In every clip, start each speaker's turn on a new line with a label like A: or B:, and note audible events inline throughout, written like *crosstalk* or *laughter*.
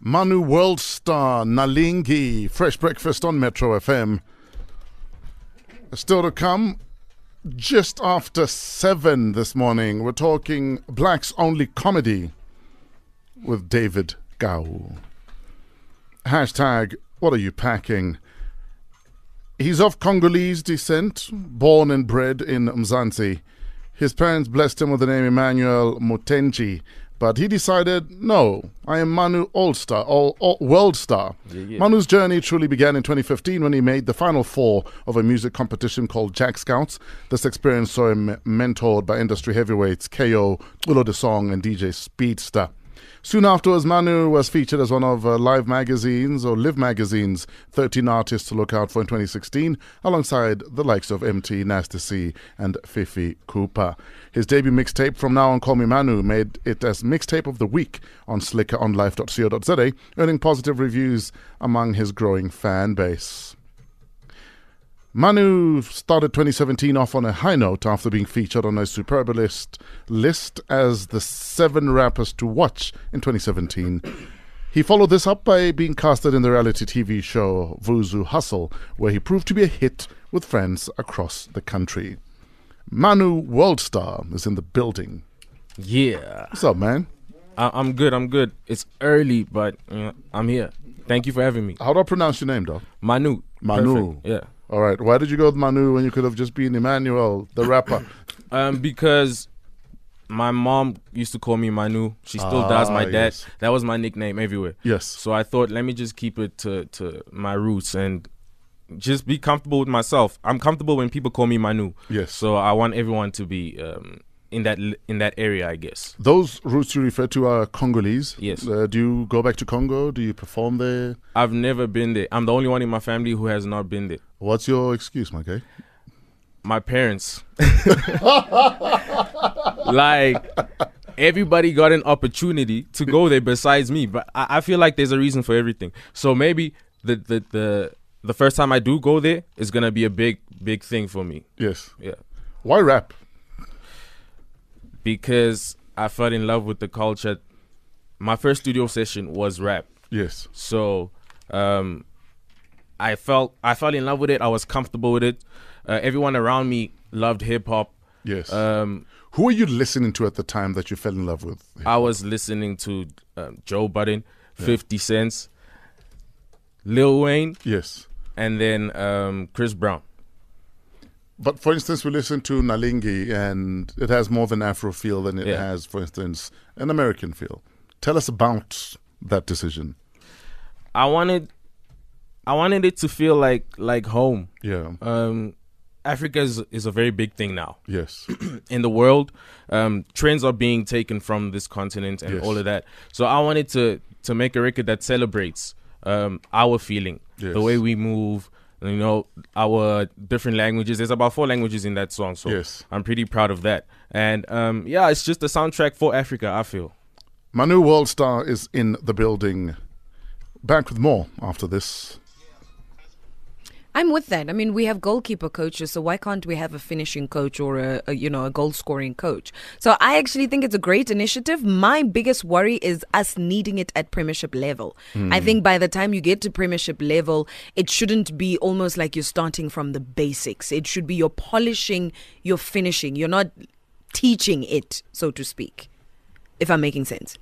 A: Manu World Star Nalingi. Fresh breakfast on Metro FM. Still to come, just after seven this morning, we're talking Blacks Only Comedy with David Gow. Hashtag, what are you packing? He's of Congolese descent, born and bred in Mzansi. His parents blessed him with the name Emmanuel Mutenji, but he decided, no, I am Manu Allstar, all, all world star. Manu's journey truly began in 2015 when he made the final four of a music competition called Jack Scouts. This experience saw him mentored by industry heavyweights KO, Ulo De Song, and DJ Speedster. Soon afterwards, Manu was featured as one of uh, Live Magazine's or Live Magazine's 13 artists to look out for in 2016, alongside the likes of MT, Nasty C, and Fifi Cooper. His debut mixtape, From Now On Call Me Manu, made it as Mixtape of the Week on slickeronlife.co.za, earning positive reviews among his growing fan base. Manu started 2017 off on a high note after being featured on a Superbalist list as the seven rappers to watch in 2017. He followed this up by being casted in the reality TV show Vuzu Hustle, where he proved to be a hit with friends across the country. Manu Worldstar is in the building.
B: Yeah,
A: What's up, man?
B: I- I'm good. I'm good. It's early, but you know, I'm here. Thank you for having me,
A: How do I pronounce your name, though?
B: Manu.
A: Manu.
B: Perfect. Yeah.
A: All right, why did you go with Manu when you could have just been Emmanuel, the rapper?
B: Um, because my mom used to call me Manu. She still does.
A: Ah,
B: My dad.
A: yes.
B: That was my nickname everywhere.
A: yes.
B: So I thought, let me just keep it to to my roots and just be comfortable with myself. I'm comfortable when people call me Manu.
A: Yes.
B: So I want everyone to be um, in that in that area, I guess.
A: Those roots you refer to are Congolese.
B: Yes.
A: Uh, do you go back to Congo? Do you perform there?
B: I've never been there. I'm the only one in my family who has not been there.
A: What's your excuse, my guy?
B: my parents. like everybody got an opportunity to go there besides me, but I, I feel like there's a reason for everything. So maybe the the the the first time I do go there is gonna be a big big thing for me.
A: Yes.
B: Yeah,
A: Why rap?
B: because I fell in love with the culture. My first studio session was rap.
A: Yes.
B: So um, I felt I fell in love with it. I was comfortable with it. Uh, everyone around me loved hip hop.
A: Yes.
B: Um,
A: Who were you listening to at the time that you fell in love with?
B: I was listening to um, Joe Budden, 50 Cents, Lil Wayne,
A: yes.
B: and then um, Chris Brown.
A: But for instance, we listen to Nalingi, and it has more of an Afro feel than it
B: Yeah.
A: has, for instance, an American feel. Tell us about that decision.
B: I wanted, I wanted it to feel like like home.
A: Yeah.
B: Um, Africa is, is a very big thing now
A: yes. *coughs*
B: in the world. Um, trends are being taken from this continent and
A: Yes.
B: all of that. So I wanted to to make a record that celebrates um, our feeling,
A: Yes.
B: the way we move. You know our different languages. There's about four languages in that song, so
A: Yes.
B: I'm pretty proud of that. And um, yeah, it's just a soundtrack for Africa. I feel.
A: Manu Worldstar is in the building. Back with more after this.
C: I'm with that. I mean, we have goalkeeper coaches, so why can't we have a finishing coach or a, a you know a goal scoring coach? So I actually think it's a great initiative. My biggest worry is us needing it at Premiership level. I think by the time you get to Premiership level, it shouldn't be almost like you're starting from the basics. It should be you're polishing, you're finishing. You're not teaching it, so to speak. If I'm making sense.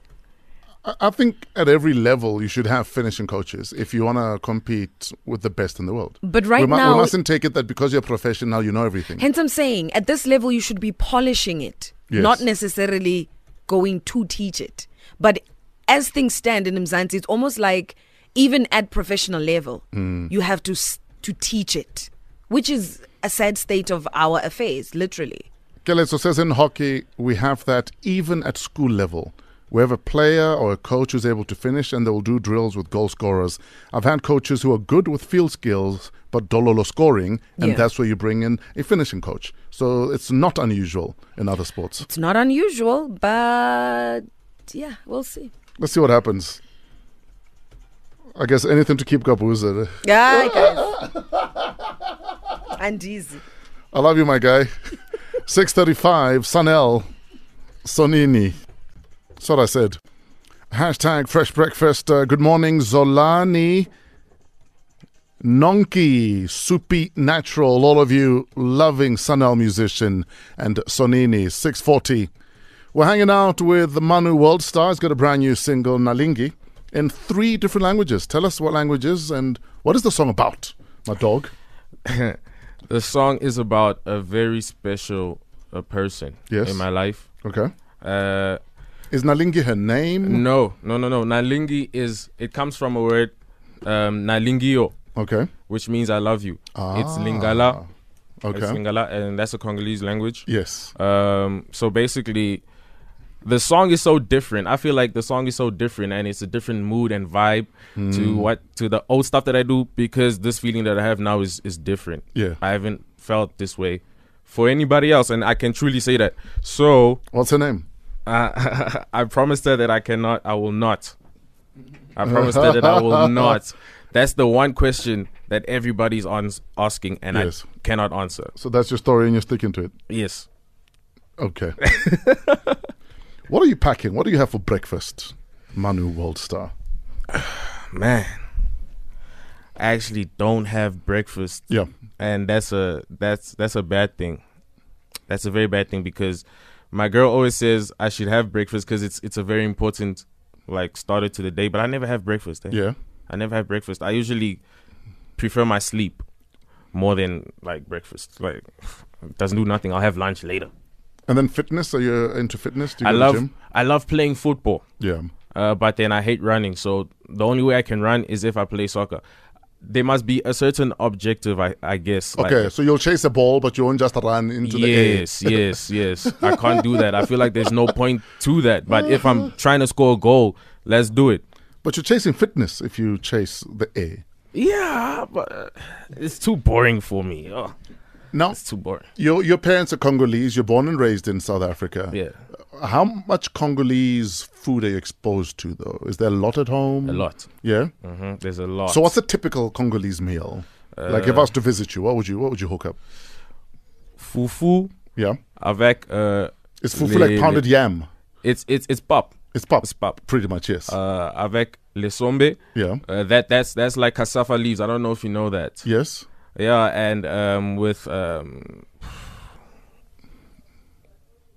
A: I- I think at every level you should have finishing coaches if you want to compete with the best in the world.
C: But right
A: we, mu-
C: now-
A: we mustn't take it that because you're professional, you know everything.
C: Hence, I'm saying at this level, you should be polishing it,
A: Yes.
C: not necessarily going to teach it. But as things stand in Mzansi, it's almost like even at professional level, you have to s- to teach it, which is a sad state of our affairs, literally.
A: Kele, so says in hockey, we have that even at school level. We have a player or a coach who's able to finish and they'll do drills with goal scorers. I've had coaches who are good with field skills but dololo scoring, and
C: Yeah.
A: that's where you bring in a finishing coach. So it's not unusual in other sports.
C: It's not unusual, but yeah, we'll see.
A: Let's see what happens. I guess anything to keep Kabuza.
C: Yeah, guys. *laughs* and easy.
A: I love you, my guy. 635, Sanel, Sonini. That's what I said. Hashtag Fresh Breakfast. Uh, good morning, Zolani. Nonki, Supi Natural, all of you loving Sunel musician and Sonini, 640. We're hanging out with the Manu World Star. He's got a brand new single, Nalingi, in three different languages. Tell us what languages and what is the song about, my dog?
B: the song is about a very special uh, person
A: Yes.
B: in my life.
A: Okay.
B: Uh,
A: Is Nalingi her name?
B: no, no, no, no. Nalingi is, it comes from a word, um, nalingio,
A: Okay.
B: which means I love you. It's
A: Ah,
B: Lingala. It's
A: Okay.
B: Lingala, and that's a Congolese language.
A: Yes.
B: Um, so basically, the song is so different. I feel like the song is so different, and it's a different mood and vibe
A: Hmm.
B: to what to the old stuff that I do because this feeling that I have now is is different.
A: Yeah.
B: I haven't felt this way for anybody else, and I can truly say that. So
A: What's her name?
B: uh, I *laughs* promised her that I cannot. I will not. I promised her that I
A: *laughs*
B: will not. That's the one question that everybody's on asking, and
A: Yes.
B: I cannot answer.
A: So that's your story and you're sticking to it.
B: Yes. *laughs*
A: Okay. what are you packing? What do you have for breakfast, Manu World Star?
B: man i actually don't have breakfast
A: Yeah.
B: and that's a that's that's a bad thing that's a very bad thing because my girl always says i should have breakfast because it's it's a very important like starter to the day but i never have breakfast eh?
A: Yeah.
B: i never have breakfast i usually prefer my sleep more than like breakfast like *laughs* it doesn't do nothing i'll have lunch later
A: And then fitness? Are you uh, into fitness? Do you
B: i
A: go
B: love
A: to gym?
B: i love playing football
A: Yeah.
B: uh, but then I hate running. So the only way I can run is if I play soccer. There must be a certain objective, I, I guess. like-
A: Okay, so you'll chase a ball, but you won't just run into the air.
B: yes, yes, yes. I can't do that. I feel like there's no point to that. But if
A: *laughs*
B: I'm trying to score a goal, let's do it.
A: But you're chasing fitness if you chase the air.
B: Yeah, but uh, it's too boring for me. Oh,
A: Now,
B: it's too boring.
A: your your parents are Congolese. You're born and raised in South Africa.
B: Yeah,
A: How much Congolese food are you exposed to, though? Is there a lot at home?
B: a lot.
A: Yeah.
B: hmm There's a lot.
A: So, what's a typical Congolese meal? like, if I was to visit you, what would you what would you hook up?
B: fufu
A: Yeah.
B: avec uh,
A: It's fufu
B: le-
A: like
B: le-
A: pounded yam.
B: It's it's it's pop.
A: It's pop,
B: It's pop.
A: pretty much. Yes.
B: Uh, avec le sombe.
A: yeah.
B: Uh, that that's that's like cassava leaves. I don't know if you know that.
A: Yes.
B: Yeah, and um, with um,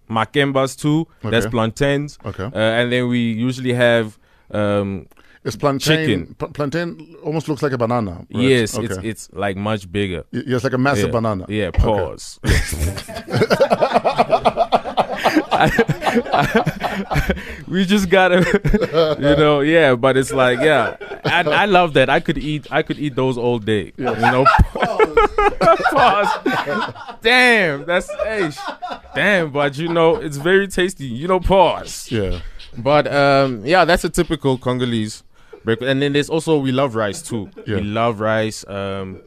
B: makembas too. That's
A: Okay.
B: plantains,
A: Okay.
B: uh, and then we usually have um,
A: It's plantain.
B: chicken.
A: pla- plantain almost looks like a banana. right?
B: yes,
A: Okay.
B: it's it's like much bigger.
A: Y- yes, like a massive
B: yeah.
A: banana.
B: Yeah,
A: *laughs*
B: pause. *laughs* we just gotta, you know, yeah. But it's like, yeah, I, I love that. I could eat, I could eat those all day.
A: *laughs*
B: You know, pause. damn, that's hey, sh- damn. But you know, it's very tasty. You know, pause.
A: Yeah.
B: But um, yeah, that's a typical Congolese breakfast. And then there's also we love rice too.
A: Yeah.
B: We love rice. Um,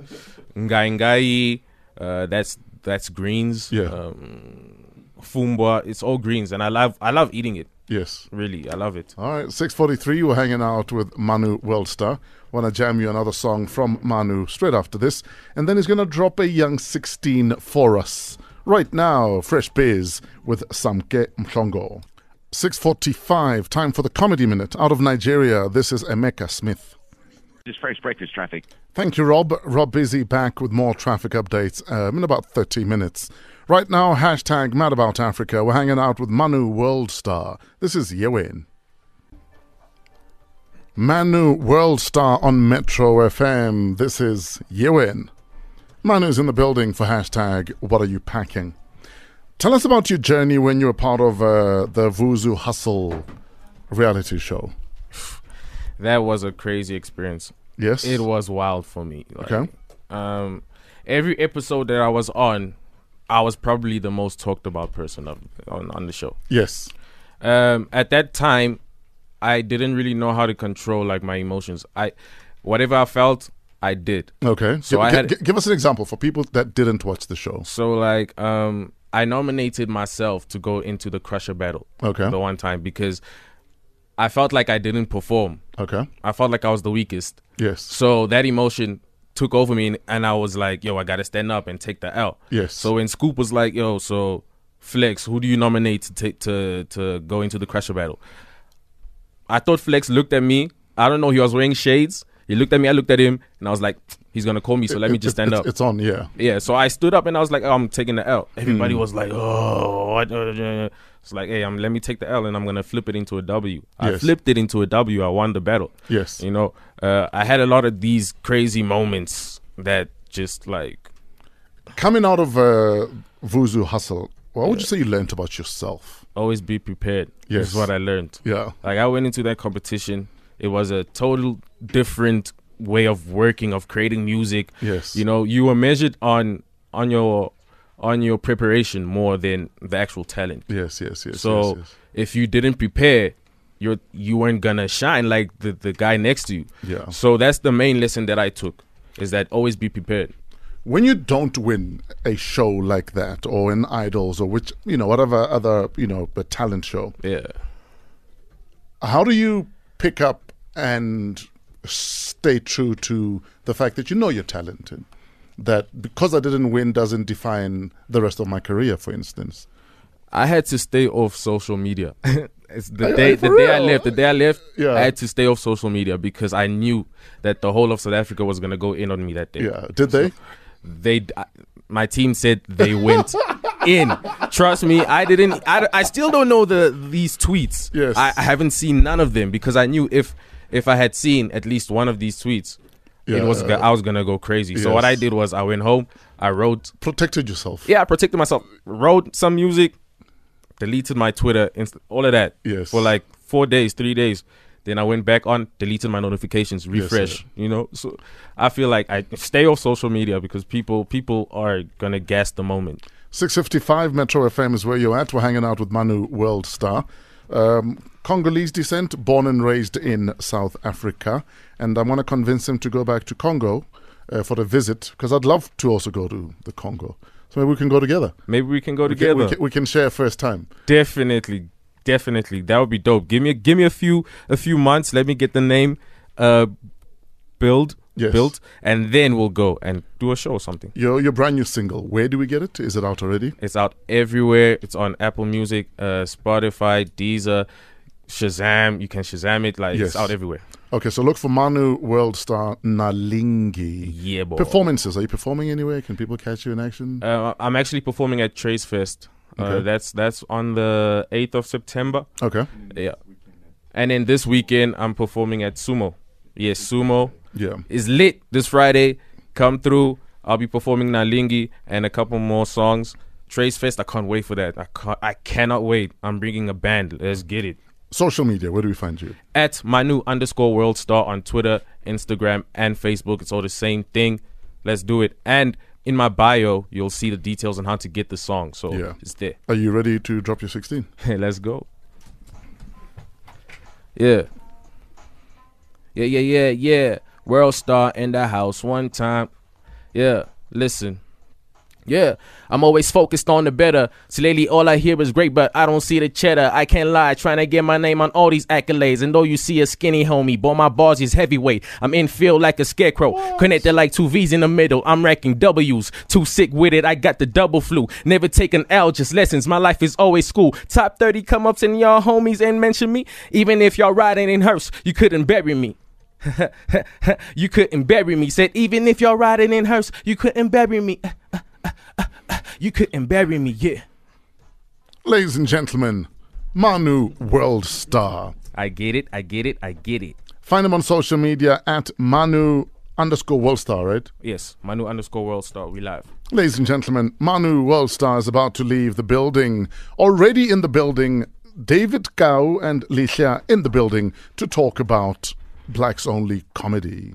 B: ngai ngai. Uh, that's that's greens.
A: Yeah.
B: Um, fumbwa. It's all greens, and I love I love eating it.
A: Yes.
B: Really, I love it.
A: All right, 643, we're hanging out with Manu Worldstar. Want to jam you another song from Manu straight after this. And then he's going to drop a young 16 for us. Right now, Fresh Biz with Samke Mchongo. 645, time for the Comedy Minute. Out of Nigeria, this is Emeka Smith.
D: This fresh breakfast traffic.
A: Thank you, Rob. Rob Busy back with more traffic updates um, in about 30 minutes. Right now, hashtag mad about Africa. We're hanging out with Manu Worldstar. This is Yewin. Manu Worldstar on Metro FM. This is Yewin. Manu's in the building for hashtag what are you packing. Tell us about your journey when you were part of uh, the Vuzu Hustle reality show.
B: That was a crazy experience.
A: Yes?
B: It was wild for me. Like,
A: Okay.
B: Um, every episode that I was on, I was probably the most talked about person of, on on the show.
A: Yes.
B: um, at that time i didn't really know how to control like my emotions i whatever i felt i did
A: Okay.
B: So
A: give,
B: I
A: gi-
B: had-
A: gi- give us an example for people that didn't watch the show.
B: so like um, i nominated myself to go into the crusher battle
A: Okay.
B: the one time because i felt like i didn't perform
A: Okay.
B: i felt like i was the weakest
A: Yes.
B: so that emotion took over me and, and i was like yo i gotta stand up and take the l
A: Yes.
B: so when scoop was like yo so flex who do you nominate to take to to go into the crusher battle I thought Flex looked at me. I don't know. He was wearing shades. He looked at me. I looked at him, and I was like, "He's gonna call me, so let me
A: It-
B: just
A: it-
B: stand
A: it's-
B: up."
A: It's Mm. on, yeah.
B: Yeah, so I stood up and I was like, oh, I'm taking the L. Everybody was like, oh, what? it's like, hey, I'm, let me take the L and I'm gonna flip it into a W. I
A: Yes.
B: flipped it into a W. I won the battle.
A: Yes.
B: you know, uh, I had a lot of these crazy moments that just like
A: Coming out of uh, Vuzu Hustle, what would you say you learnt about yourself?
B: always be prepared.
A: Yes.
B: is what I learned.
A: Yeah.
B: Like I went into that competition, it was a total different way of working, of creating music.
A: Yes.
B: You know, you were measured on on your on your preparation more than the actual talent.
A: Yes, yes, yes.
B: so
A: yes, yes.
B: if you didn't prepare, you're you weren't gonna shine like the, the guy next to you.
A: Yeah.
B: So that's the main lesson that I took is that always be prepared.
A: when you don't win a show like that or in Idols or which, you know, whatever other, you know, but talent show,
B: Yeah.
A: how do you pick up and stay true to the fact that you know you're talented? That because I didn't win doesn't define the rest of my career, for instance.
B: I had to stay off social media. *laughs* it's the
A: Are- are
B: day
A: you
B: the
A: for
B: day I
A: real?
B: left. The day I left,
A: Yeah.
B: I had to stay off social media because I knew that the whole of South Africa was gonna go in on me that day.
A: Yeah. Did they?
B: They, d- I- my team said
A: *laughs*
B: they went in. Trust me, I didn't. I, d- I still don't know the these tweets.
A: Yes.
B: I, I haven't seen none of them because I knew if if I had seen at least one of these tweets, it was
A: Yeah. uh,
B: go- I was gonna go crazy. So what I
A: Yes.
B: did was I went home. I wrote
A: Protected yourself.
B: yeah, I protected myself. Wrote some music, deleted my Twitter, inst- all of that.
A: Yes.
B: For like four days, three days. Then I went back on, deleted my notifications,
A: Yes, sir.
B: refresh. you know, so I feel like I stay off social media because people people are gonna guess the moment.
A: 655 Metro FM is where you're at. We're hanging out with Manu World Star. Um, Congolese descent, born and raised in South Africa. And I'm going to convince him to go back to Congo uh, for a visit because I'd love to also go to the Congo. So maybe we can go together.
B: Maybe we can go
A: We can,
B: together.
A: we can, we can share first time.
B: Definitely, definitely, that would be dope. Give me give me a few a few months. Let me get the name, uh, build
A: Yes.
B: built, and then we'll go and do a show or something.
A: Your, your brand new single, where do we get it? Is it out already?
B: It's out everywhere. It's on Apple Music, uh, Spotify, Deezer, Shazam. You can Shazam it. Like
A: Yes.
B: it's out everywhere.
A: Okay, so look for Manu World Star Nalingi.
B: Yeah, boy.
A: Performances. Are you performing anywhere? Can people catch you in action?
B: uh, I'm actually performing at Trace Fest. Uh,
A: Okay.
B: that's that's on the 8th of September.
A: Okay.
B: Yeah. And then this weekend I'm performing at Sumo. Yes, Sumo
A: Yeah.
B: is lit this Friday. Come through. I'll be performing Nalingi and a couple more songs. Trace Fest. I can't wait for that. I can't, I cannot wait. I'm bringing a band. Let's get it.
A: Social media, where do we find you?
B: at Manu underscore world star on Twitter, Instagram, and Facebook. It's all the same thing. Let's do it. And in my bio, you'll see the details on how to get the song. So
A: Yeah.
B: it's there. *laughs*
A: Are you ready to drop your 16?
B: Let's go. Yeah. Yeah, yeah, yeah, yeah. World star in the house one time. Yeah, listen. Yeah, I'm always focused on the better. So lately, all I hear is great, but I don't see the cheddar. I can't lie, trying to get my name on all these accolades. And though you see a skinny homie, boy, my bars is heavyweight. I'm in field like a scarecrow, connected like two V's in the middle. I'm racking W's, too sick with it. I got the double flu. Never taken L, just lessons. My life is always school. Top 30 come ups and y'all homies ain't mention me. Even if y'all riding in hearse, you couldn't bury me. *laughs* you couldn't bury me. Said even if y'all riding in hearse, you couldn't bury me. *laughs* You couldn't bury me, yeah.
A: Ladies and gentlemen, Manu World Star.
B: I get it, I get it, I get it.
A: Find him on social media at Manu underscore World Star, right?
B: Yes, Manu underscore world star, we live.
A: Ladies and gentlemen, Manu World Star is about to leave the building. Already in the building, David Gao and Licia in the building to talk about blacks only comedy.